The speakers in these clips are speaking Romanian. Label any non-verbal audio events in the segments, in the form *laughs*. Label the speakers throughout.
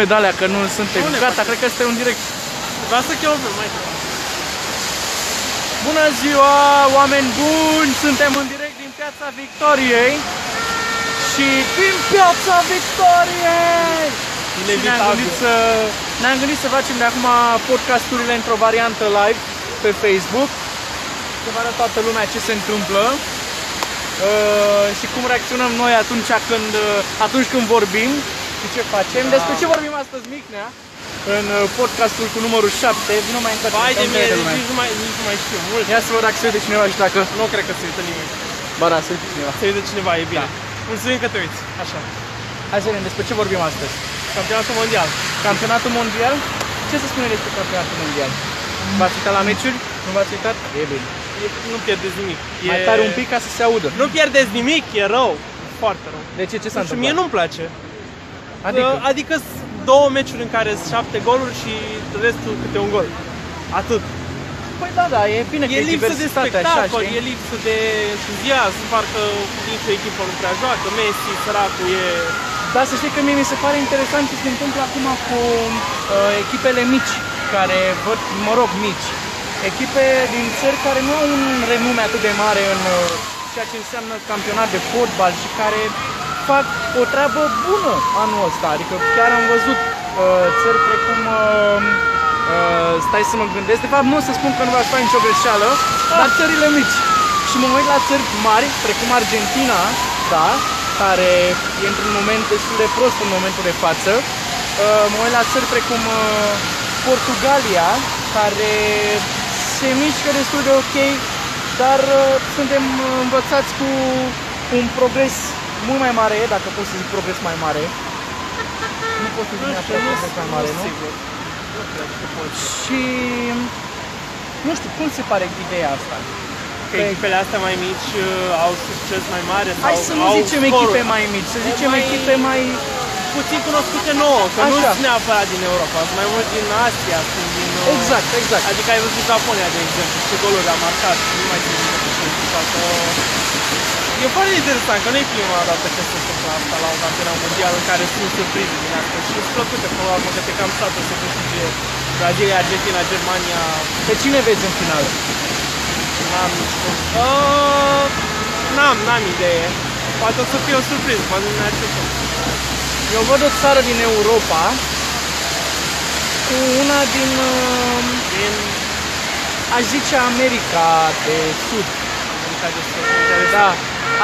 Speaker 1: medalea că nu suntem.
Speaker 2: Nu ne
Speaker 1: Gata,
Speaker 2: facem.
Speaker 1: cred că este un direct.
Speaker 2: Lasă Kelvin, mai
Speaker 1: Bună ziua, oameni buni! Suntem în direct din Piața Victoriei și din Piața Victoriei! Și ne-am gândit să ne-am gândit să facem de acum podcasturile într-o variantă live pe Facebook, să vadă toată lumea ce se întâmplă uh, și cum reacționăm noi atunci când uh, atunci când vorbim și ce facem.
Speaker 2: Da.
Speaker 1: Despre ce vorbim astăzi, Micnea? În uh, podcastul cu numărul 7, nu mai încă
Speaker 2: Vai de mine, deci nici nu mai, nici nu mai știu mult.
Speaker 1: Ia să văd dacă se uite cineva și dacă...
Speaker 2: Nu cred că se uită nimeni.
Speaker 1: Ba da, se uite cineva.
Speaker 2: Se uită cineva, e
Speaker 1: Da.
Speaker 2: bine. Mulțumim că te uiți. Așa.
Speaker 1: Hai să vedem despre ce vorbim astăzi.
Speaker 2: Campionatul mondial.
Speaker 1: Campionatul mondial? Ce să spune despre campionatul mondial? V-ați uitat la meciuri? Nu v-ați uitat? E bine.
Speaker 2: E, nu pierdeți nimic. E...
Speaker 1: Mai tare un pic ca să se audă.
Speaker 2: Nu pierdeți nimic, e rău. Foarte rău.
Speaker 1: De ce? Ce s-a
Speaker 2: Nu știu, mie
Speaker 1: întâmplat?
Speaker 2: nu-mi place.
Speaker 1: Adică?
Speaker 2: Că- adică sunt două meciuri în care sunt șapte goluri și restul câte un gol. Atât.
Speaker 1: Păi da, da, e bine că
Speaker 2: E
Speaker 1: e
Speaker 2: lipsă de
Speaker 1: diversitate așa,
Speaker 2: spectacol,
Speaker 1: știi?
Speaker 2: e lipsă de entuziasm, parcă nicio echipă nu prea joacă, Messi, săracul, e...
Speaker 1: Dar Da, să știi că mie mi se pare interesant ce se întâmplă acum cu uh, echipele mici, care văd, mă rog, mici. Echipe din țări care nu au un renume atât de mare în uh, ceea ce înseamnă campionat de fotbal și care fac o treabă bună anul ăsta. Adică chiar am văzut uh, țări precum... Uh, uh, stai să mă gândesc, de fapt nu o să spun că nu v-aș face nicio greșeală, dar țările mici. Și mă uit la țări mari, precum Argentina, da, care e într-un moment destul de prost în momentul de față. Uh, Mă uit la țări precum uh, Portugalia, care se mișcă destul de ok, dar uh, suntem uh, învățați cu un progres mult mai mare, dacă pot să zic progres mai mare. Nu pot să zic neapărat progres mai mare, nu?
Speaker 2: sigur. Nu cred că poți.
Speaker 1: Și nu știu, cum se pare ideea asta?
Speaker 2: Că
Speaker 1: Pe-
Speaker 2: Păi, echipele astea mai mici uh, au succes mai mare sau
Speaker 1: Hai să nu
Speaker 2: au
Speaker 1: zicem
Speaker 2: scoruri.
Speaker 1: echipe mai mici, să zicem
Speaker 2: Mai-
Speaker 1: echipe mai...
Speaker 2: puțin cunoscute nouă, că nu
Speaker 1: Așa.
Speaker 2: sunt neapărat din Europa, sunt mai mult din Asia, sunt din... uh,
Speaker 1: Exact, exact.
Speaker 2: Adică ai văzut Japonia, de exemplu, ce goluri a marcat, nu mai țin minte cu ce echipa, că... E foarte interesant că nu e prima dată că se întâmplă asta la un campionat mondial în care sunt surprize din asta și sunt plăcute până la urmă că te cam stată să câștige Brazilia, Argentina, Germania,
Speaker 1: Pe cine vezi în final?
Speaker 2: n-am nici cum. Uh, n-am, n-am idee. Poate o să fie o surpriză, poate nu ne așteptăm.
Speaker 1: Eu văd o țară din Europa cu una din, uh,
Speaker 2: Din
Speaker 1: aș zice, America de Sud.
Speaker 2: America de Sud. America de
Speaker 1: Da,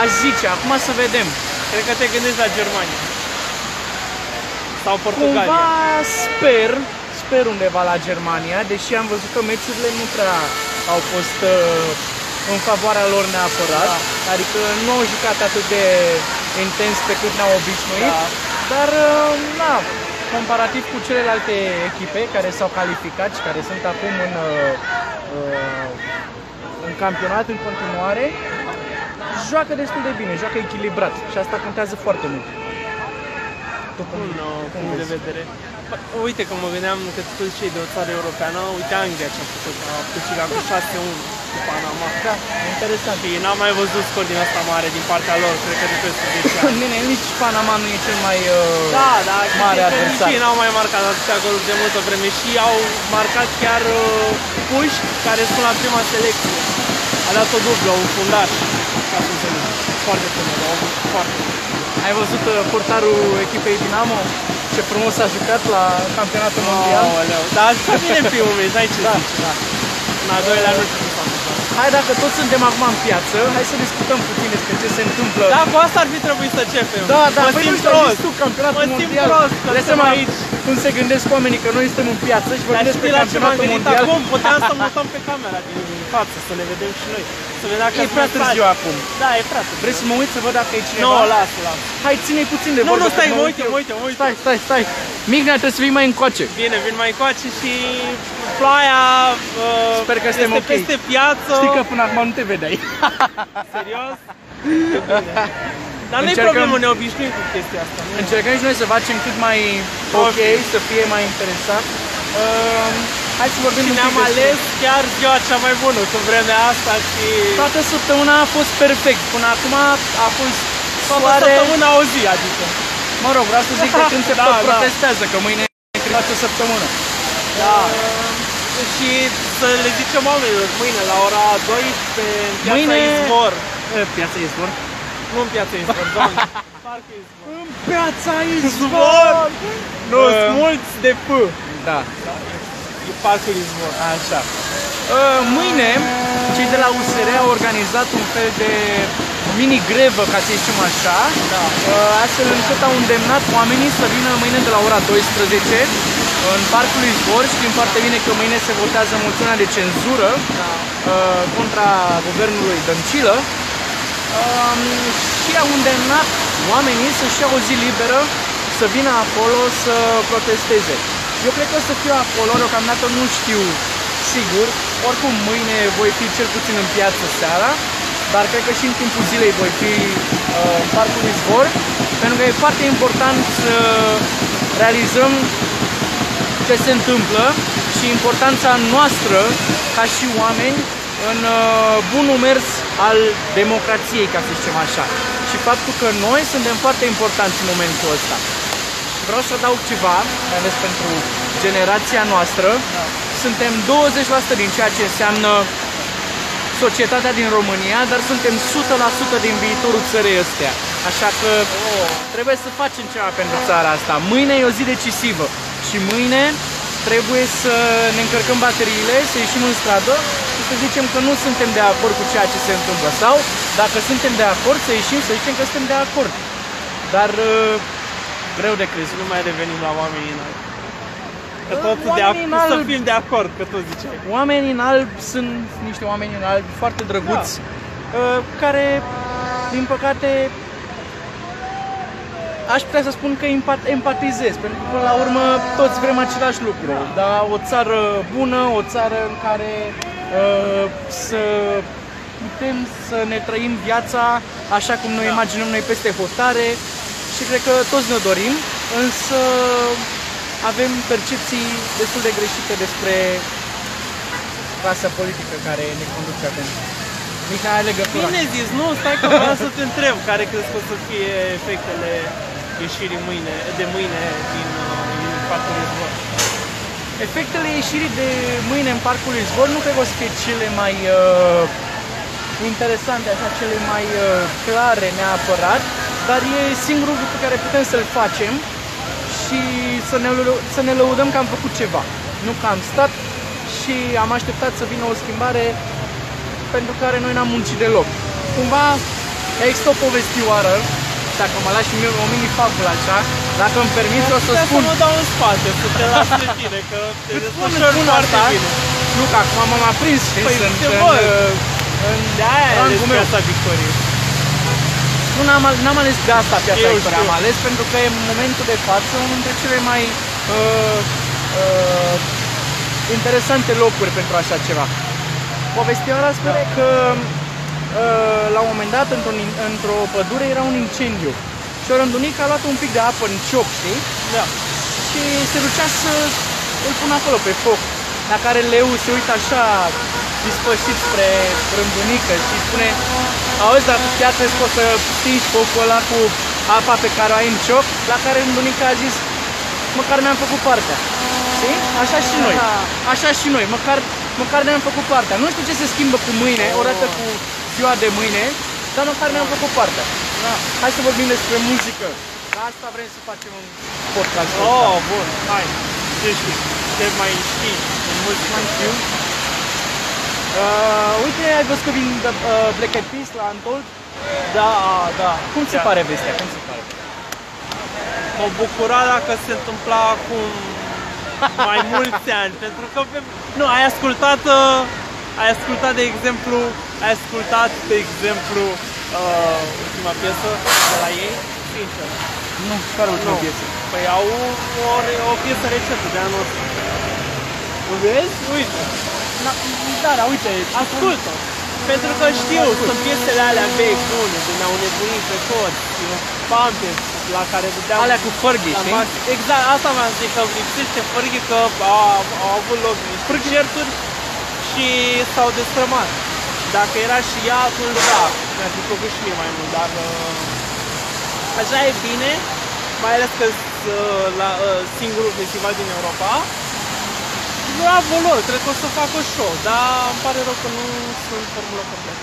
Speaker 1: aș zice, acum să vedem.
Speaker 2: Cred că te gândești la Germania. Sau Portugalia.
Speaker 1: Cumva sper, sper undeva la Germania, deși am văzut că meciurile nu prea au fost uh, în favoarea lor neapărat.
Speaker 2: Da.
Speaker 1: Adică nu au jucat atât de intens pe cât ne-au obișnuit.
Speaker 2: Da.
Speaker 1: Dar, uh, na, comparativ cu celelalte echipe care s-au calificat și care sunt acum în, uh, uh, în campionat în continuare, joacă destul de bine, joacă echilibrat și asta contează foarte mult. Tu cum,
Speaker 2: Un nou
Speaker 1: cum
Speaker 2: punct de
Speaker 1: vezi?
Speaker 2: vedere. Bă, Uite că mă gândeam că toți cei de o țară europeană, uite Anglia ce a făcut, a câștigat cu 6-1 cu Panama.
Speaker 1: Da, interesant.
Speaker 2: Și n-am mai văzut scor din asta mare din partea lor, cred că de peste 10 ani.
Speaker 1: Bine, nici Panama nu e cel mai uh,
Speaker 2: Da, da,
Speaker 1: mare
Speaker 2: cred că
Speaker 1: adversar.
Speaker 2: nici ei n-au mai marcat atâtea goluri de multă vreme și au marcat chiar uh, puși care sunt la prima selecție. A dat o dublă, un fundaș, ca să înțeleg. Foarte frumos, au avut foarte
Speaker 1: Ai văzut uh, portarul echipei Dinamo? Ce frumos a jucat la campionatul mondial.
Speaker 2: Aoleu, dar a jucat bine în primul meci, n-ai ce
Speaker 1: Da,
Speaker 2: zici.
Speaker 1: da.
Speaker 2: În al doilea nu știu cum s-a întâmplat.
Speaker 1: Hai, dacă toți suntem acum în piață, hai să discutăm puțin despre ce se întâmplă.
Speaker 2: Da, cu asta ar fi trebuit să începem.
Speaker 1: da, da
Speaker 2: mă
Speaker 1: păi nu
Speaker 2: simt
Speaker 1: știu, am
Speaker 2: prost.
Speaker 1: zis tu, campionatul
Speaker 2: Mă simt
Speaker 1: mondial.
Speaker 2: prost că
Speaker 1: Dai
Speaker 2: suntem
Speaker 1: seama
Speaker 2: aici.
Speaker 1: cum se gândesc oamenii că noi suntem în piață și
Speaker 2: Dar
Speaker 1: vorbim despre
Speaker 2: știi la ce m-am
Speaker 1: campionatul
Speaker 2: gândit
Speaker 1: mondial.
Speaker 2: acum? Puteam
Speaker 1: *laughs*
Speaker 2: să mutăm pe camera din față, să ne vedem și noi. Să vedem dacă
Speaker 1: E prea
Speaker 2: sunt
Speaker 1: târziu
Speaker 2: frați.
Speaker 1: acum.
Speaker 2: Da, e prea târziu.
Speaker 1: Vrei să mă uit să văd dacă e
Speaker 2: Nu,
Speaker 1: cineva?
Speaker 2: lasă, lasă.
Speaker 1: Hai, ține-i puțin de
Speaker 2: Nu,
Speaker 1: vorbă.
Speaker 2: nu,
Speaker 1: că
Speaker 2: stai,
Speaker 1: mă
Speaker 2: mă
Speaker 1: uit
Speaker 2: uite,
Speaker 1: eu.
Speaker 2: mă uite, mă uite.
Speaker 1: Stai, stai, stai. Mignea, trebuie să vii mai încoace.
Speaker 2: Bine, vin mai coace și ploaia uh,
Speaker 1: Sper că suntem
Speaker 2: este
Speaker 1: ok.
Speaker 2: peste piață.
Speaker 1: Știi că până acum nu te vedeai.
Speaker 2: Serios? Dar nu-i
Speaker 1: Încercăm-
Speaker 2: problemă, ne obișnuim cu chestia asta. nu?
Speaker 1: Încercăm și noi să facem cât mai ok, să fie mai interesant. Uh, hai să vorbim
Speaker 2: Și
Speaker 1: un pic
Speaker 2: ne-am
Speaker 1: despre-
Speaker 2: ales chiar ziua cea mai bună cu vremea asta și...
Speaker 1: Toată săptămâna a fost perfect. Până acum a fost
Speaker 2: Toată
Speaker 1: soare,
Speaker 2: săptămâna o zi, adică.
Speaker 1: Mă rog, vreau să zic
Speaker 2: *laughs*
Speaker 1: de când se
Speaker 2: Da,
Speaker 1: tot
Speaker 2: da.
Speaker 1: protestează, că mâine e cred o săptămână.
Speaker 2: Da. Și să le zicem oamenilor, mâine la ora 2 pe în piața
Speaker 1: Mâine-
Speaker 2: Izvor.
Speaker 1: Piața Izvor?
Speaker 2: Nu în piața Izvor, doamne. Parcă Izvor.
Speaker 1: În Piața
Speaker 2: *laughs* Izvor! Nu,
Speaker 1: Uh.
Speaker 2: sunt mulți de P.
Speaker 1: Da.
Speaker 2: E parcul Izvor. Așa.
Speaker 1: Uh, Mâine, cei de la USR au organizat un fel de mini-grevă, ca să zicem așa,
Speaker 2: Da.
Speaker 1: Uh, astfel încât au îndemnat oamenii să vină mâine de la ora 12 în Parcul Izvor. Știm foarte bine că mâine se votează moțiunea de cenzură
Speaker 2: Da.
Speaker 1: uh, contra guvernului Dăncilă um, și au îndemnat oamenii să-și ia o zi liberă, să vină acolo să protesteze. Eu cred că o să fiu acolo, deocamdată nu știu sigur, oricum mâine voi fi cel puțin în piață seara, dar cred că și în timpul zilei voi fi uh, în parcul Izvor, pentru că e foarte important să realizăm ce se întâmplă și importanța noastră ca și oameni în uh, bunul mers al democrației, ca să zicem așa. Și faptul că noi suntem foarte importanți în momentul ăsta. Vreau să dau ceva, mai ales pentru generația noastră.
Speaker 2: Da.
Speaker 1: Suntem 20% din ceea ce înseamnă societatea din România, dar suntem 100% din viitorul țării astea. Așa că
Speaker 2: Oh.
Speaker 1: trebuie să facem ceva pentru țara asta. Mâine e o zi decisivă și mâine trebuie să ne încărcăm bateriile, să ieșim în stradă și să zicem că nu suntem de acord cu ceea ce se întâmplă sau dacă suntem de acord să ieșim să zicem că suntem de acord. Dar uh, greu de crezut.
Speaker 2: Nu mai revenim la oamenii înalți. Că tot
Speaker 1: Oamenii
Speaker 2: de ac- să
Speaker 1: înalți.
Speaker 2: fim de acord, că tot ziceai.
Speaker 1: Oamenii în alb sunt niște oameni în alb foarte drăguți uh, care, din păcate, aș putea să spun că empat- empatizez, pentru că până la urmă toți vrem același lucru, dar o țară bună, o țară în care uh, să putem să ne trăim viața așa cum noi imaginăm noi peste hotare și cred că toți ne dorim, însă avem percepții destul de greșite despre clasa politică care ne conduce acum. Mica, ai legătura.
Speaker 2: Bine zis, nu, stai că vreau să te întreb care crezi că o să fie efectele ieșirii mâine, de mâine din, uh, din parcul Izvor.
Speaker 1: Efectele ieșirii de mâine în Parcul Izvor nu cred că o să fie cele mai uh, interesante, așa, cele mai uh, clare neapărat, dar e singurul lucru pe care putem să-l facem și să ne, lău- să ne lăudăm că am făcut ceva, nu că am stat și am așteptat să vină o schimbare pentru care noi n-am muncit deloc. Cumva există o povestioară, dacă mă lași mie o mini-fabulă așa, dacă îmi permiți o să
Speaker 2: Păi, Stai
Speaker 1: spun
Speaker 2: să mă dau în spate, să te las *laughs* pe tine, că te
Speaker 1: Îți spun, îți
Speaker 2: desfășori
Speaker 1: spun
Speaker 2: foarte
Speaker 1: asta.
Speaker 2: bine.
Speaker 1: Nu, că acum m-am aprins.
Speaker 2: Păi,
Speaker 1: sunt
Speaker 2: te
Speaker 1: în,
Speaker 2: văd.
Speaker 1: uh, în,
Speaker 2: De aia ai ales
Speaker 1: rangul meu.
Speaker 2: piața Victoriei.
Speaker 1: Nu, n-am, al- n-am ales de asta piața
Speaker 2: Știu,
Speaker 1: Victoria.
Speaker 2: știu.
Speaker 1: Am ales pentru că e în momentul de față unul dintre cele mai uh, uh, interesante locuri pentru așa ceva. Povestioara spune că uh, la un moment dat, într-un, in- într-o pădure, era un incendiu. Și o rândunică a luat un pic de apă în cioc, știi?
Speaker 2: Da.
Speaker 1: și se ducea să îl pună acolo pe foc. La care leu se uită așa dispășit spre rândunică și spune Auzi, dar chiar crezi că o să stingi focul ăla cu apa pe care o ai în cioc? La care rândunica a zis Măcar mi-am făcut partea. Știi? Așa și noi. Așa și noi. Măcar, măcar ne-am făcut partea. Nu știu ce se schimbă cu mâine, odată cu ziua de mâine, dar măcar ne-am făcut partea.
Speaker 2: Da.
Speaker 1: Hai să vorbim despre muzică. La asta vrem să facem un podcast.
Speaker 2: Oh, bun, hai. Ce știi? Ce mai știi? În mulți
Speaker 1: mai știu. Uh, uite, ai văzut că vin The, uh, Black Eyed Peas la Untold.
Speaker 2: Da, da.
Speaker 1: Cum se
Speaker 2: Da.
Speaker 1: pare vestea? Cum se pare?
Speaker 2: M-am bucurat dacă se întâmpla acum mai mulți ani, pentru că pe... nu, ai ascultat uh, ai ascultat de exemplu, ai ascultat de exemplu uh, ultima piesă de la ei, sincer.
Speaker 1: Nu, care
Speaker 2: Nu. Păi au o, re- o piesă recentă de anul ăsta. O Vezi? Uite,
Speaker 1: Da, da, da, uite.
Speaker 2: ascultă. Pentru că știu, sunt piesele alea vechi, bune, de ne-au nebunit pe toți, Pumpkins, la care vedeam...
Speaker 1: Alea cu Fergie,
Speaker 2: La
Speaker 1: știi?
Speaker 2: Max- Exact, asta v-am zis, că îmi lipsește Fergie, că au, au avut loc niște certuri și s-au destrămat. Dacă era și ea, atunci da, mi-ar fi plăcut și mie mai mult, dar uh, așa e bine, mai ales că sunt, uh, la uh, singurul festival din Europa. Bravo lor, cred că o să facă show, dar îmi pare rău că nu sunt formulă completă.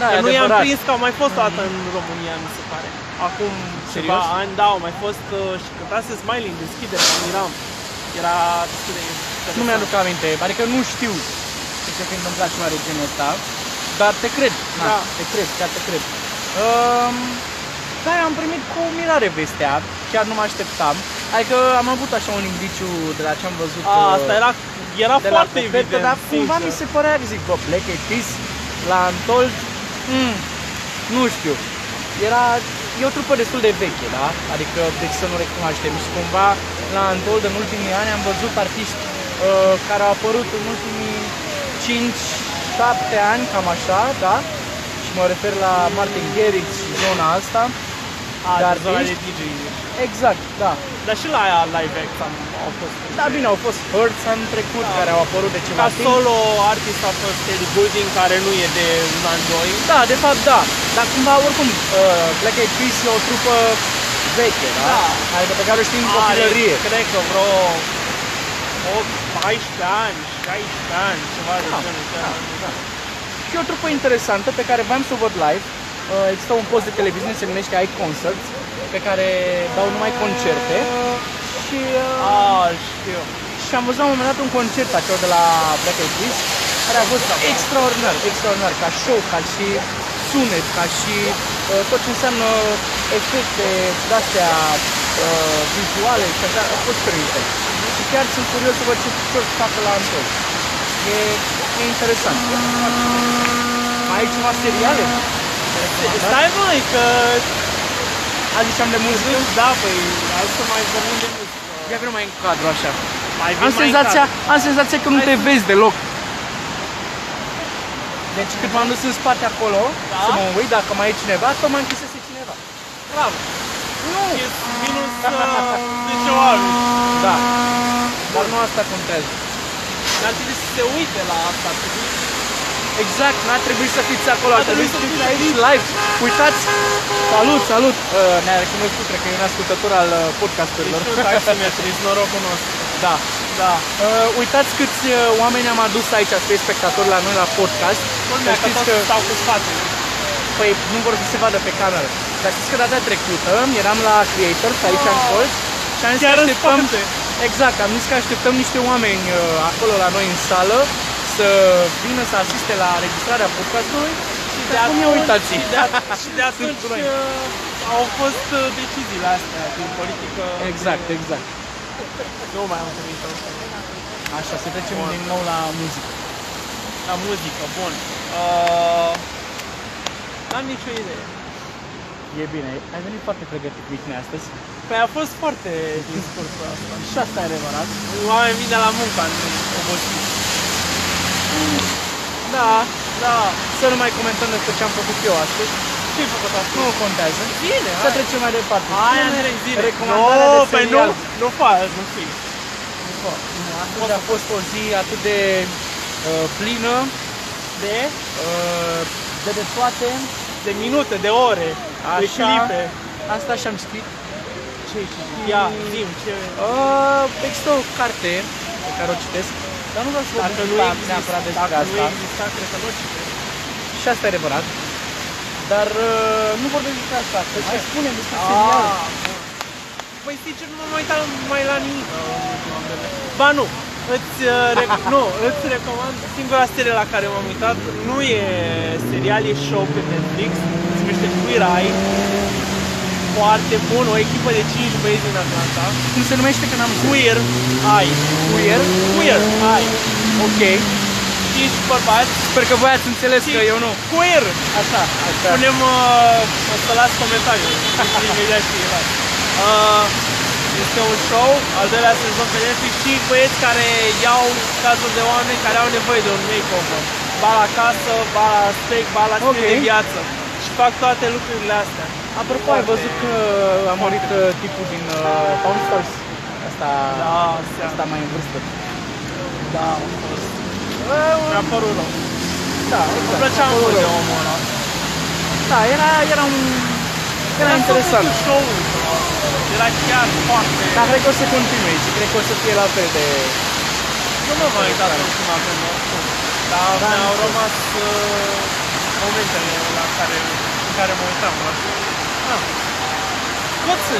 Speaker 1: Da,
Speaker 2: Că
Speaker 1: e
Speaker 2: nu i-am
Speaker 1: adevărat.
Speaker 2: prins că au mai fost o dată în România, mi se pare. Acum ceva
Speaker 1: Serios?
Speaker 2: ani, da, au mai fost uh, și cântase Smiley în deschidere, mă miram. Era destul de interesant.
Speaker 1: Nu mi-aduc aminte, adică nu știu ce se fi întâmplat și mai genul ăsta, dar te cred, na,
Speaker 2: Da.
Speaker 1: te cred, chiar te cred. Um, da, am primit cu mirare vestea, chiar nu mă așteptam. Adică am avut așa un indiciu de la ce am văzut uh,
Speaker 2: A, asta era, era
Speaker 1: de la
Speaker 2: Da, foarte
Speaker 1: copertă,
Speaker 2: evident,
Speaker 1: dar cumva
Speaker 2: sincer.
Speaker 1: mi se părea, zic, bă, Black Eyed Peas la Untold, mm, nu știu. Era, e o trupă destul de veche, da? Adică, deci să nu recunoaștem. Și cumva, la Untold, în ultimii ani, am văzut artiști uh, care au apărut în ultimii 5-7 ani, cam așa, da? Și mă refer la Martin Garrix și zona asta.
Speaker 2: A,
Speaker 1: de
Speaker 2: dar zona de
Speaker 1: artiști.
Speaker 2: DJ.
Speaker 1: Exact, da.
Speaker 2: Dar și la aia live act am, au fost.
Speaker 1: Da, bine, au fost Hurts în trecut,
Speaker 2: Da.
Speaker 1: care au apărut de ceva
Speaker 2: Ca
Speaker 1: timp.
Speaker 2: solo artist a fost Ellie Goulding, care nu e de un an, doi.
Speaker 1: Da, de fapt da, dar cumva oricum uh, Black Eyed Peas e o trupă veche, da?
Speaker 2: Da.
Speaker 1: Adică pe care o știm din
Speaker 2: Are,
Speaker 1: copilărie.
Speaker 2: cred că vreo 8, 14 ani, 16 ani, ceva de
Speaker 1: Da,
Speaker 2: genul
Speaker 1: da,
Speaker 2: ăsta.
Speaker 1: da. Și e o trupă interesantă pe care v-am să o văd live. Uh, există un post de televiziune, se numește I Concerts, pe care dau numai concerte. Și, uh,
Speaker 2: A, știu.
Speaker 1: și am văzut la un moment dat un concert acel de la Black Eyed Peas, care a fost extraordinar, extraordinar, ca show, ca și sunet, ca și uh, tot ce înseamnă efecte de-astea uh, vizuale și așa, a fost primită. Și chiar sunt curios să văd ce, ce o să facă la Antol. E, e interesant. Mai ai ceva seriale?
Speaker 2: Stai mai că
Speaker 1: Azi ziceam de muzică.
Speaker 2: da, păi, hai să mai vorbim de muzică.
Speaker 1: Ia vreau mai în cadru așa.
Speaker 2: Mai vin
Speaker 1: Am
Speaker 2: mai
Speaker 1: senzația,
Speaker 2: în caz.
Speaker 1: am senzația că nu
Speaker 2: Hai
Speaker 1: te
Speaker 2: să-
Speaker 1: vezi deloc. Deci când m-am dus în spate acolo,
Speaker 2: Da?
Speaker 1: să mă uit dacă mai e cineva, tot m-a închisese cineva.
Speaker 2: Bravo.
Speaker 1: Nu!
Speaker 2: E minus uh, 10 oameni.
Speaker 1: Da. Dar nu asta contează.
Speaker 2: Dar trebuie să se uite la asta. trebuie-
Speaker 1: Exact, n-a trebuit să fiți acolo,
Speaker 2: N-a
Speaker 1: a trebuit să
Speaker 2: trebuit să
Speaker 1: fiți
Speaker 2: fiți
Speaker 1: aici live. Uitați! Salut, salut! Uh, ne-a recunoscut, cred că e un ascultător al uh, podcasturilor.
Speaker 2: Deci nu taximetrist, norocul nostru.
Speaker 1: *laughs* Da.
Speaker 2: Da.
Speaker 1: Uh, uitați câți uh, oameni am adus aici, spre spectatori la noi la podcast.
Speaker 2: Culmea că
Speaker 1: știți
Speaker 2: toți stau cu spatele.
Speaker 1: Păi nu vor să se vadă pe cameră. Dar știți că data trecută eram la Creators aici în colț și am zis
Speaker 2: Chiar
Speaker 1: că
Speaker 2: în
Speaker 1: așteptăm...
Speaker 2: spate.
Speaker 1: Exact, am zis că așteptăm niște oameni uh, acolo la noi în sală să vină să asiste la registrarea podcastului și de acum ia uitați
Speaker 2: și de, a- și de atunci
Speaker 1: Sunt
Speaker 2: uh, au fost uh, deciziile astea din politică.
Speaker 1: Exact, exact.
Speaker 2: Nu mai am cuvinte.
Speaker 1: Așa, să trecem
Speaker 2: Bun.
Speaker 1: din nou la muzică.
Speaker 2: La muzică, bun. Uh, n-am nicio idee.
Speaker 1: E bine, ai venit foarte pregătit cu mine astăzi.
Speaker 2: Păi a fost foarte discursul asta.
Speaker 1: Și asta e adevărat.
Speaker 2: Oamenii vin de la muncă, Andrei, obosit. Da, da.
Speaker 1: Să nu mai comentăm despre ce am făcut eu astăzi.
Speaker 2: Ce-ai făcut acum?
Speaker 1: Nu contează.
Speaker 2: Bine,
Speaker 1: Să
Speaker 2: hai.
Speaker 1: trecem mai departe.
Speaker 2: Hai,
Speaker 1: Spune-ne
Speaker 2: Andrei, zile.
Speaker 1: Recomandarea de
Speaker 2: păi
Speaker 1: serial.
Speaker 2: nu, nu faci, nu fi.
Speaker 1: Astăzi a fost o zi atât de uh, plină,
Speaker 2: De?
Speaker 1: uh, de de toate.
Speaker 2: De minute, de ore, de
Speaker 1: Așa.
Speaker 2: clipe.
Speaker 1: Asta și-am citit.
Speaker 2: Ce Ia, zim, ce...
Speaker 1: Uh, există o carte pe care o citesc, dar nu vreau să
Speaker 2: Dacă
Speaker 1: vorbesc
Speaker 2: nu
Speaker 1: la-
Speaker 2: exista,
Speaker 1: neapărat despre
Speaker 2: dacă nu
Speaker 1: asta.
Speaker 2: exista, cred că nu citești.
Speaker 1: Și asta e adevărat. Dar uh, nu vorbesc despre asta, că ce
Speaker 2: Hai.
Speaker 1: spunem despre serial.
Speaker 2: Ah, bun. Păi sincer, nu m-am uitat mai la nimic. Da, Ba nu, îți, uh, *laughs* rec- nu, îți recomand singura serie la care m-am uitat. Nu e serial, e show pe Netflix. Se numește Queer Eye. Foarte bun, o echipă de 5 băieți din Atlanta.
Speaker 1: Cum se numește că n-am zis?
Speaker 2: Queer Eye.
Speaker 1: Queer.
Speaker 2: Queer Eye.
Speaker 1: Ok.
Speaker 2: 5 bărbați.
Speaker 1: Sper că voi ați înțeles că eu nu.
Speaker 2: Queer.
Speaker 1: Așa, așa.
Speaker 2: Punem, uh, o să las
Speaker 1: *laughs*
Speaker 2: comentariul imediat ce e la. uh, Este un show, al doilea sezon pe Netflix, cinci băieți care iau cazuri de oameni care au nevoie de un makeover. Ba la casă, ba la steak, ba la stil
Speaker 1: Ok.
Speaker 2: de viață. Și fac toate lucrurile astea.
Speaker 1: Apropo, ai văzut că a murit uh, tipul din uh, Pawn Stars? Asta,
Speaker 2: Da, seama.
Speaker 1: asta mai în vârstă.
Speaker 2: Da, a fost. Mi-a părut rău.
Speaker 1: Da,
Speaker 2: Îmi plăcea mult de omul ăla.
Speaker 1: Da, era, era un... Era
Speaker 2: Mi-a
Speaker 1: interesant.
Speaker 2: plăcut show-ul. până la urmă. Era chiar foarte...
Speaker 1: Dar cred că o să continue și cred că o să fie la fel de...
Speaker 2: Nu mă mai uitat ultima vreme, oricum. Dar
Speaker 1: Da,
Speaker 2: mi-au
Speaker 1: nici eu.
Speaker 2: rămas uh, momentele la care, în care mă uitam la ah. Pot să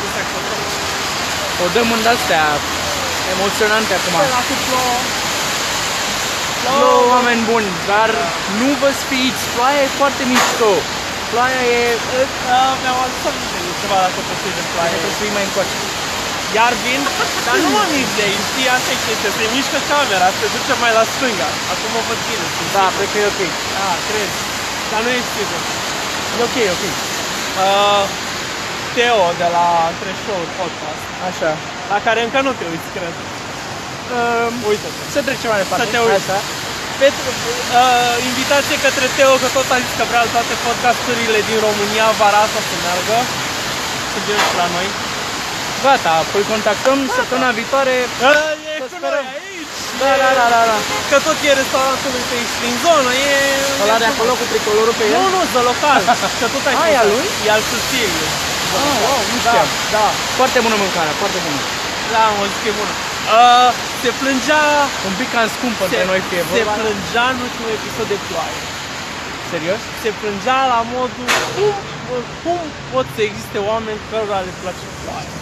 Speaker 2: nu se acceptă.
Speaker 1: O dăm în astea emoționante acum.
Speaker 2: La cu plouă.
Speaker 1: Hello, oameni buni, dar nu vă sfiiți, ploaia e foarte mișto. Ploaia e...
Speaker 2: Uh, mi-au adus aminte de ceva dacă poți de
Speaker 1: Dacă
Speaker 2: ploaie.
Speaker 1: trebuie să fii mai încoace.
Speaker 2: Iar vin, dar nu mă mișc de aici, știi, asta e chestia, se mișcă camera, se duce mai la stânga. Acum mă văd bine, sunt
Speaker 1: Da,
Speaker 2: sigur.
Speaker 1: cred că e ok.
Speaker 2: Da, crezi. Dar nu ești sigur.
Speaker 1: E ok, e ok.
Speaker 2: Uh, Teo de la Threshold Podcast,
Speaker 1: Așa.
Speaker 2: la care încă nu te uiți, cred.
Speaker 1: Um,
Speaker 2: Uite-te.
Speaker 1: să trecem mai departe.
Speaker 2: Să te uiți.
Speaker 1: Așa.
Speaker 2: Pentru, uh, invitație către Teo, că tot a zis că vrea toate podcasturile din România, vara asta să meargă. Să vină și la noi.
Speaker 1: Gata, păi contactăm săptămâna viitoare.
Speaker 2: Uh, e
Speaker 1: Să
Speaker 2: cu noi
Speaker 1: sperăm.
Speaker 2: aici.
Speaker 1: Da, da, da, da, da.
Speaker 2: Că tot e restaurantul lui pe aici, prin zonă, e...
Speaker 1: Ăla de
Speaker 2: e-
Speaker 1: acolo cu tricolorul pe el?
Speaker 2: Nu, nu, de local. Că tot ai
Speaker 1: Aia
Speaker 2: fost-
Speaker 1: lui?
Speaker 2: E al Susiliu.
Speaker 1: Ah, wow, nu
Speaker 2: da,
Speaker 1: știam.
Speaker 2: da,
Speaker 1: Foarte bună mâncarea, foarte bună.
Speaker 2: da, mă zic că e bună. Uh, se plângea...
Speaker 1: Un pic cam scumpă
Speaker 2: Se,
Speaker 1: între noi fie
Speaker 2: se
Speaker 1: vorba.
Speaker 2: plângea în ultimul episod de ploaie.
Speaker 1: Serios?
Speaker 2: Se plângea la modul cum, cum pot să existe oameni cărora le place ploaia.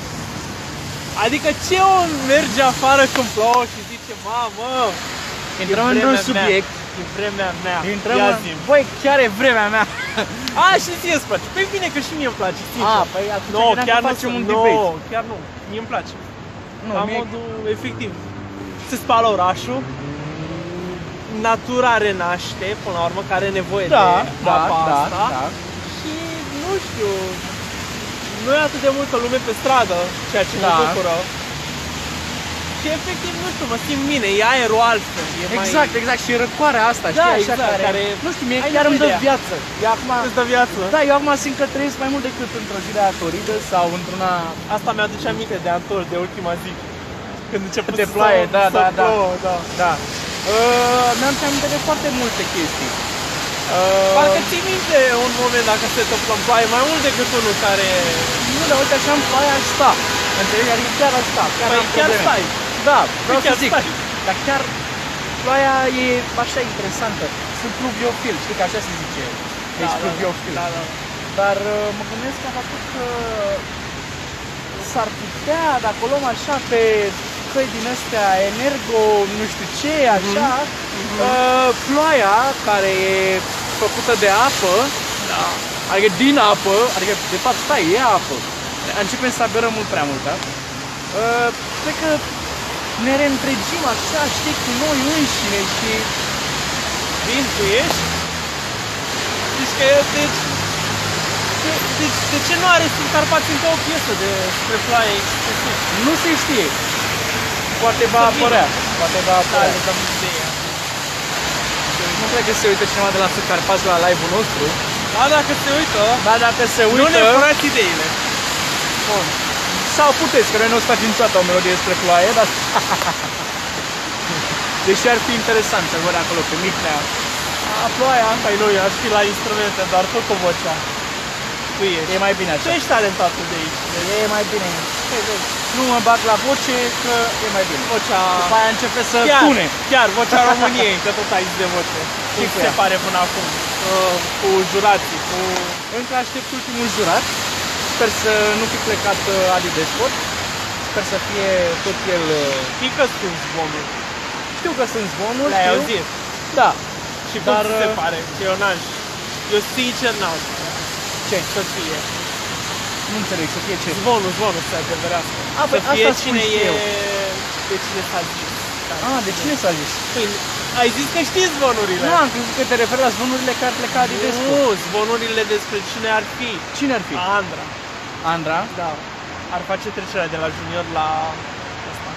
Speaker 2: Adică ce o merge afară când plouă și zice, mamă, e
Speaker 1: Intrăm într-un
Speaker 2: vremea mea,
Speaker 1: subiect.
Speaker 2: E vremea mea.
Speaker 1: Intrăm
Speaker 2: Ia
Speaker 1: în...
Speaker 2: zi-mi.
Speaker 1: Băi, chiar e vremea mea.
Speaker 2: A, și ție îți place. Păi bine că și mie îmi place. sincer.
Speaker 1: *laughs* A, păi atunci
Speaker 2: Nu,
Speaker 1: gândeam
Speaker 2: chiar
Speaker 1: că
Speaker 2: nu
Speaker 1: facem un
Speaker 2: sunt-
Speaker 1: debate.
Speaker 2: Nu, chiar nu. Mie îmi place.
Speaker 1: Nu,
Speaker 2: La
Speaker 1: mie-
Speaker 2: modul efectiv. Se spală orașul, natura renaște, până la urmă, care are nevoie
Speaker 1: Da,
Speaker 2: de apa asta. Și, nu știu, nu e atât de multă lume pe stradă, ceea ce
Speaker 1: Da.
Speaker 2: mă bucură. Și efectiv, nu știu, mă simt bine, e aerul altfel. E
Speaker 1: Exact,
Speaker 2: Mai...
Speaker 1: exact. Și răcoarea asta,
Speaker 2: Da,
Speaker 1: știi,
Speaker 2: exact,
Speaker 1: așa care,
Speaker 2: care-
Speaker 1: Nu știu, mie
Speaker 2: Ai
Speaker 1: chiar îmi dă
Speaker 2: nevoie de ea.
Speaker 1: viață. Eu acum...
Speaker 2: Îți dă viață.
Speaker 1: Da, eu acum simt că trăiesc mai mult decât într-o zi de aia toridă sau într-una...
Speaker 2: Asta mi-aduce aminte de Antol, de ultima zi. Când început
Speaker 1: De
Speaker 2: să-
Speaker 1: ploaie, da,
Speaker 2: să
Speaker 1: da, da.
Speaker 2: plouă, da.
Speaker 1: Da. Uh, mi-am ținut aminte de foarte multe chestii. Uh,
Speaker 2: Parcă ții minte un moment dacă se întâmplă în ploaie mai mult decât unul care...
Speaker 1: Nu, dar uite așa, îmi pare aș sta. Înțelegi? Adică chiar aș sta. Chiar
Speaker 2: Păi
Speaker 1: am
Speaker 2: chiar
Speaker 1: probleme.
Speaker 2: stai. Păi,
Speaker 1: Da, vreau
Speaker 2: chiar
Speaker 1: să zic.
Speaker 2: stai.
Speaker 1: Dar chiar ploaia e așa interesantă. Sunt pluviofil, știi că așa se zice. Ești pluviofil.
Speaker 2: Da, da.
Speaker 1: Dar uh, mă gândesc că am făcut că s-ar putea, dacă o luăm așa pe căi din astea, energo, nu știu ce,
Speaker 2: Mhm.
Speaker 1: așa, uh, ploaia care e făcută de apă,
Speaker 2: da.
Speaker 1: Adică din apă, adică de fapt stai, e apă. Începem să aberăm mult prea mult, da? Uh, cred că ne reîntregim așa, știi, cu noi înșine și
Speaker 2: Vin, tu ești? Deci că eu, deci... de- Deci, de ce nu are Sfânt Carpați încă o piesă despre ploaie exclusiv?
Speaker 1: nu se știe. Poate va
Speaker 2: Să vină.
Speaker 1: apărea. Poate va
Speaker 2: Da,
Speaker 1: apărea.
Speaker 2: le dăm ideea.
Speaker 1: Nu cred că se uită cineva de la Subcarpați la live-ul nostru.
Speaker 2: Da, dacă se uită,
Speaker 1: Dar dacă se
Speaker 2: nu ne
Speaker 1: uită,
Speaker 2: furați ideile.
Speaker 1: bun. sau puteți, că noi nu o să facem niciodată o melodie despre ploaie, dar... *laughs* Deși ar fi interesant să văd acolo pe Micnea.
Speaker 2: A, ploaia, păi nu, eu aș fi la instrumente, dar tot cu vocea. Tu ești.
Speaker 1: E mai bine
Speaker 2: Tu
Speaker 1: așa.
Speaker 2: ești talentatul de aici.
Speaker 1: E mai bine. Nu mă bag la voce, că e mai bine.
Speaker 2: Vocea...
Speaker 1: După aia începe să
Speaker 2: chiar,
Speaker 1: tune.
Speaker 2: Chiar, *laughs* vocea României, că tot ai zis de voce.
Speaker 1: Cum
Speaker 2: Cum
Speaker 1: cu
Speaker 2: se
Speaker 1: ea?
Speaker 2: pare până acum? Uh, cu jurații, cu...
Speaker 1: Încă aștept ultimul jurat. Sper să nu fi plecat uh, Ali de sport. Sper să fie tot el... uh,
Speaker 2: Știi că sunt zvonuri.
Speaker 1: Știu că sunt zvonuri.
Speaker 2: Le-ai
Speaker 1: știu.
Speaker 2: auzit.
Speaker 1: Da.
Speaker 2: Și cum
Speaker 1: Dar,
Speaker 2: ți se
Speaker 1: uh,
Speaker 2: pare? Că eu n-aș... Eu sincer n-aș vrea
Speaker 1: Ce?
Speaker 2: să fie.
Speaker 1: Nu înțeleg, să fie ce?
Speaker 2: Zvonul, zvonul să adevărească.
Speaker 1: A, păi
Speaker 2: să fie
Speaker 1: asta spun
Speaker 2: cine
Speaker 1: și
Speaker 2: e...
Speaker 1: eu.
Speaker 2: De cine s-a zis.
Speaker 1: Ah, de cine s-a zis?
Speaker 2: Păi, ai zis că știi zvonurile.
Speaker 1: Nu, am crezut că te referi la zvonurile care pleca Ali de
Speaker 2: Nu,
Speaker 1: sport.
Speaker 2: zvonurile despre cine ar fi.
Speaker 1: Cine ar fi?
Speaker 2: Andra.
Speaker 1: Andra.
Speaker 2: Da. Ar face trecerea de la junior la... Asta.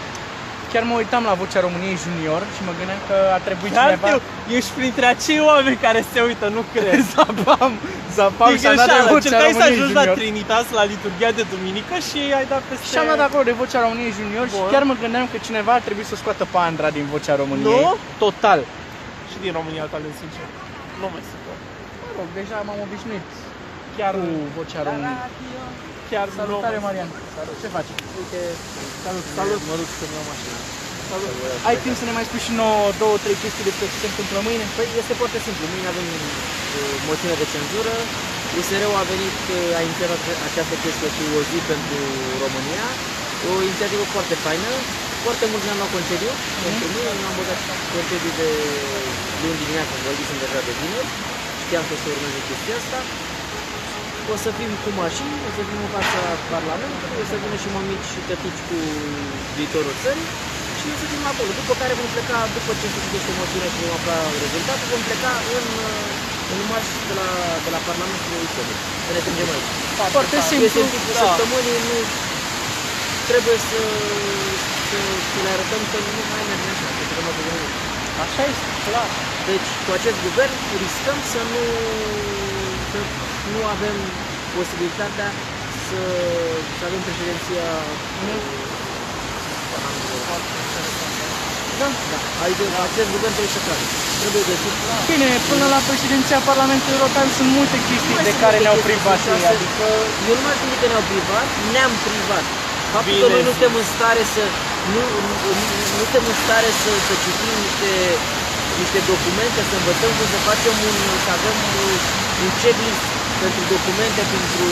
Speaker 1: Chiar mă uitam la vocea României Junior și mă gândeam că ar trebui
Speaker 2: Da,
Speaker 1: cineva...
Speaker 2: Dar ești printre acei oameni care se uită, nu crezi.
Speaker 1: *laughs* Zapam, zapam
Speaker 2: E
Speaker 1: și-am dat de
Speaker 2: greșeală,
Speaker 1: vocea
Speaker 2: încercai să
Speaker 1: României
Speaker 2: ajungi la
Speaker 1: Junior.
Speaker 2: Trinitas, la liturghia de duminică și ai dat peste...
Speaker 1: Și am dat acolo de vocea României Junior
Speaker 2: Bun.
Speaker 1: și chiar mă gândeam că cineva ar trebui să scoată pe Andra din vocea României.
Speaker 2: Nu?
Speaker 1: Total.
Speaker 2: Și din România alta, de sincer. Nu mai sunt.
Speaker 1: Mă rog, deja m-am obișnuit chiar cu vocea României.
Speaker 2: chiar
Speaker 1: Da, Salutare,
Speaker 2: nou.
Speaker 1: Marian. Ce faci? Uite,
Speaker 2: Salut, salut. Mă duc să-mi iau mașină.
Speaker 1: salut. Ai timp să ne mai spui și nouă două, trei chestii despre ce se întâmplă mâine?
Speaker 3: Păi este foarte simplu. Mâine avem uh, moțiune de cenzură. USR-ul a venit, uh, a inițiat ace- această chestie cu o zi pentru România. O inițiativă foarte faină. Foarte mult ne-am luat concediu. Pentru mine am băgat concediu de luni dimineață, am vorbit sunt deja de vineri. Știam că o să urmeze chestia asta. O să fim cu mașini, o să fim în fața Parlamentului, o să vină și mămici și tătici cu viitorul țării și o să fim acolo. După care vom pleca, după ce se citește moțiunea și vom afla rezultatul, vom pleca în, uh, în marș de la, de la Parlamentul Europei. Să ne strângem aici.
Speaker 1: Foarte
Speaker 3: Este
Speaker 1: simplu,
Speaker 3: în timpul
Speaker 1: da.
Speaker 3: săptămânii, nu trebuie să, să, să le arătăm că nu mai merge așa, că trebuie să gândim.
Speaker 1: Așa este, clar.
Speaker 3: Deci, cu acest guvern riscăm să nu, să nu avem posibilitatea să, să avem președinția
Speaker 1: Mhm.
Speaker 3: Parlamentului.
Speaker 1: Da.
Speaker 3: Da, adică acest guvern trebuie să cadă. Trebuie găsit.
Speaker 1: Bine, până la președinția Parlamentului European sunt multe
Speaker 3: Nu
Speaker 1: chestii
Speaker 3: mai
Speaker 1: de
Speaker 3: sunt
Speaker 1: care
Speaker 3: multe
Speaker 1: ne-au
Speaker 3: chestii
Speaker 1: privat
Speaker 3: sunt
Speaker 1: ei,
Speaker 3: șase-
Speaker 1: adică
Speaker 3: Eu nu mai spun că ne-au privat, ne-am privat. Faptul că
Speaker 2: Bine
Speaker 3: noi
Speaker 2: zis.
Speaker 3: nu suntem în stare să nu, nu, nu- nu suntem în stare să, să citim niște, niște documente, să învățăm cum să facem un, să avem un, un checklist pentru documente, pentru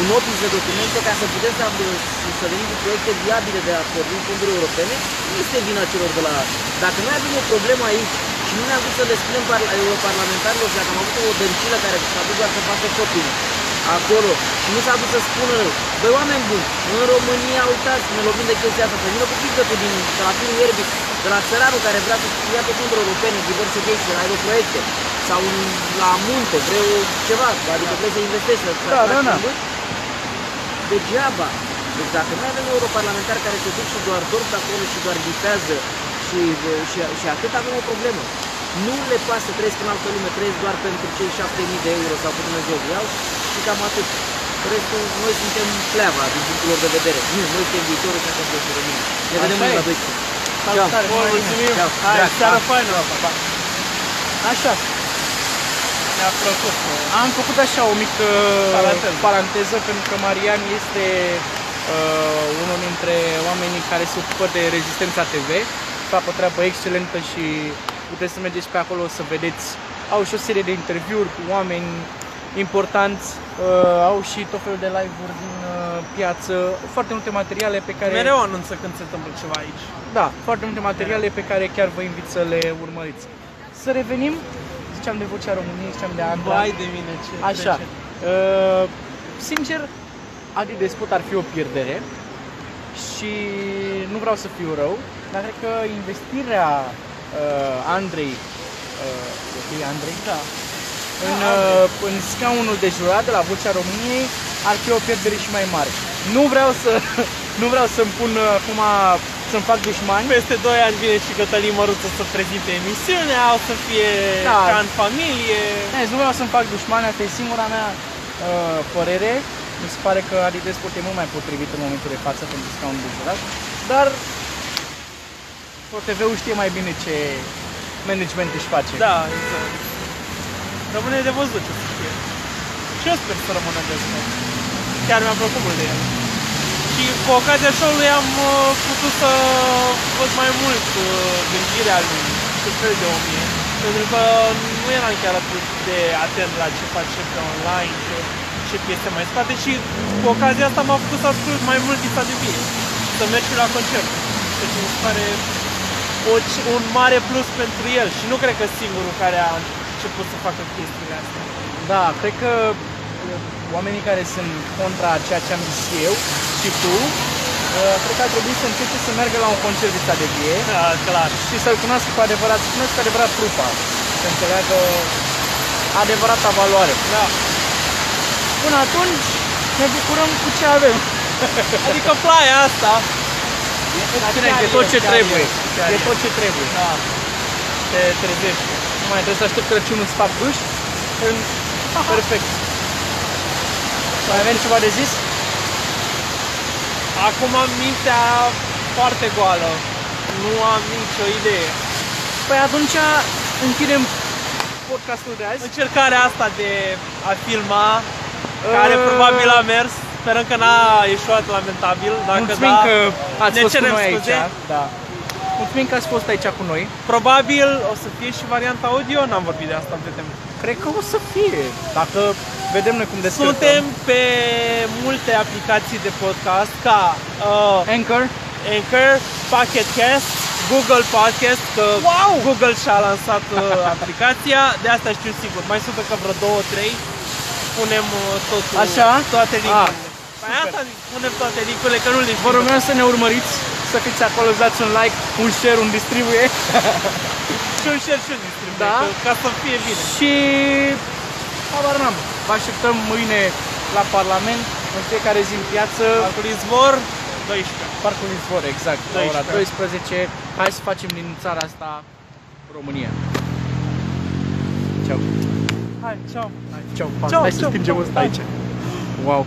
Speaker 3: un opis de documente, ca să putem să, av- să, să venim cu proiecte viabile de a folosi fonduri europene, nu este vina celor de la... Dacă noi avem o problemă aici și nu ne-am dus să le spunem parla- europarlamentarilor și dacă am avut o dăncilă care s-a dus doar să facă copii, acolo și nu s-a dus să spună Băi oameni buni, în România, uitați, ne lovim de chestia asta, să vină cu picătul din de la firul ierbii, de la țăranul care vrea să ia pe fonduri europene, diverse chestii, la aeroproiecte, sau în, la munte, vreo ceva, adică vrei să investești, să
Speaker 1: Da, da, da.
Speaker 3: da. Degeaba. Deci dacă noi avem europarlamentari care se duc și doar dorm pe acolo și doar ghitează și, și, și atât avem o problemă. Nu le pasă, trăiesc în altă lume, trăiesc doar pentru cei 7000 de euro sau pe Dumnezeu îi iau și cam atât. Restul, noi suntem pleava din punctul lor de vedere. Nu, noi suntem viitorul și așa este România. Ne
Speaker 1: Așa
Speaker 3: vedem mâine la
Speaker 1: e.
Speaker 3: 12.
Speaker 1: salutare.
Speaker 2: Bun,
Speaker 1: Marian.
Speaker 2: mulțumim.
Speaker 3: Ceau.
Speaker 2: Hai,
Speaker 3: Drag.
Speaker 2: seară faină.
Speaker 1: Așa,
Speaker 2: Ne-a plăcut.
Speaker 1: am făcut așa o mică
Speaker 2: Paranteză.
Speaker 1: paranteză pentru că Marian este uh, unul dintre oamenii care se ocupă de Rezistența TV. Fac o treabă excelentă și puteți să mergeți pe acolo să vedeți. Au și o serie de interviuri cu oameni importanți, uh, au și tot felul de live-uri din uh, piață, foarte multe materiale pe care...
Speaker 2: Mereu anunță când se întâmplă ceva aici.
Speaker 1: Da, foarte multe materiale pe care chiar vă invit să le urmăriți. Să revenim, ziceam de Vocea României, ziceam de Andra.
Speaker 2: Vai de mine ce
Speaker 1: Așa.
Speaker 2: trece.
Speaker 1: Uh, sincer, Adi Despot ar fi o pierdere și nu vreau să fiu rău, dar cred că investirea uh, Andrei, uh, ok, Andrei, da, în, uh, în scaunul de jurat de la Vocea României ar fi o pierdere și mai mare. Nu vreau să *laughs* nu vreau să-mi pun uh, acum să-mi fac dușmani.
Speaker 2: Peste 2 ani vine și Cătălin Măruță să prezinte emisiunea, o să fie
Speaker 1: Da.
Speaker 2: ca în familie.
Speaker 1: Deci nu vreau să-mi fac dușmani, asta e singura mea uh, părere. Mi se pare că Adi Despot e mult mai potrivit în momentul de față pentru scaunul de jurat. Dar ProTV-ul știe mai bine ce management își face.
Speaker 2: Da, exact. Rămâne de văzut ce să fie. Și eu sper să rămână de văzut. Chiar mi-a plăcut mult de el. Și cu ocazia show-ului am uh, putut să văd mai mult uh, gândirea lui, cât fel de om e. Pentru că nu eram chiar atât de atent la ce face pe online, ce, ce piese mai scoate și cu ocazia asta m-a făcut să ascult mai mult Isa de Bine și să merg și la concert. Deci mi se pare o, un mare plus pentru el și nu cred că singurul care a început să facă chestiile
Speaker 1: *laughs*
Speaker 2: astea.
Speaker 1: da, cred că uh, oamenii care sunt contra a ceea ce am zis eu și tu, uh, cred că ar trebui să încerce să meargă la un concert de de vie
Speaker 2: Da, clar.
Speaker 1: și să-l cunoască cu adevărat, să cunoască cu adevărat trupa, să înțeleagă adevărata valoare.
Speaker 2: Da.
Speaker 1: Până atunci, ne bucurăm cu ce avem.
Speaker 2: Adică plaia asta.
Speaker 1: Bine, de tot ce trebuie. De tot ce trebuie.
Speaker 2: Da. Te trezești.
Speaker 1: Nu mai trebuie să aștept Crăciunul să fac duș. În- Perfect. Mai avem ceva de zis?
Speaker 2: Acum am mintea foarte goală. Nu am nicio idee.
Speaker 1: Păi atunci închidem podcastul de azi. Ă.
Speaker 2: Încercarea asta de a filma, care probabil a mers, Sperăm că n-a ieșuat lamentabil. Dacă
Speaker 1: Mulțumim
Speaker 2: da,
Speaker 1: că ați
Speaker 2: ne
Speaker 1: fost cu
Speaker 2: cerem
Speaker 1: noi aici.
Speaker 2: scuze.
Speaker 1: Da. Mulțumim că ați fost aici cu noi.
Speaker 2: Probabil o să fie și varianta audio, n-am vorbit de asta, vedem.
Speaker 1: Cred că o să fie. Dacă vedem noi cum descărcăm.
Speaker 2: Suntem pe multe aplicații de podcast, ca uh,
Speaker 1: Anchor.
Speaker 2: Anchor, Pocket Cast, Google Podcast, că wow! Google și-a lansat uh, aplicația, de asta știu sigur. Mai sunt încă vreo două, trei, punem uh, totul,
Speaker 1: Așa?
Speaker 2: toate
Speaker 1: Ah,
Speaker 2: linkurile. Păi asta zic, punem toate linkurile, că nu le
Speaker 1: Vă rugăm să ne urmăriți, să fiți acolo, să dați un like, un share, un distribuie.
Speaker 2: și un share și un distribui,
Speaker 1: Da?
Speaker 2: că- ca să fie bine.
Speaker 1: Și habar n-am. Vă așteptăm mâine la Parlament, în fiecare zi în piață,
Speaker 2: Acul izvor, 12.
Speaker 1: Parcul Izvor, exact, la ora 12. Hai să facem din țara asta România. Ceau.
Speaker 2: Hai, ceau!
Speaker 1: Ceau, pa.
Speaker 2: Ceau,
Speaker 1: Hai să
Speaker 2: ceau,
Speaker 1: stingem
Speaker 2: ceau,
Speaker 1: ăsta
Speaker 2: pa.
Speaker 1: aici. Wow.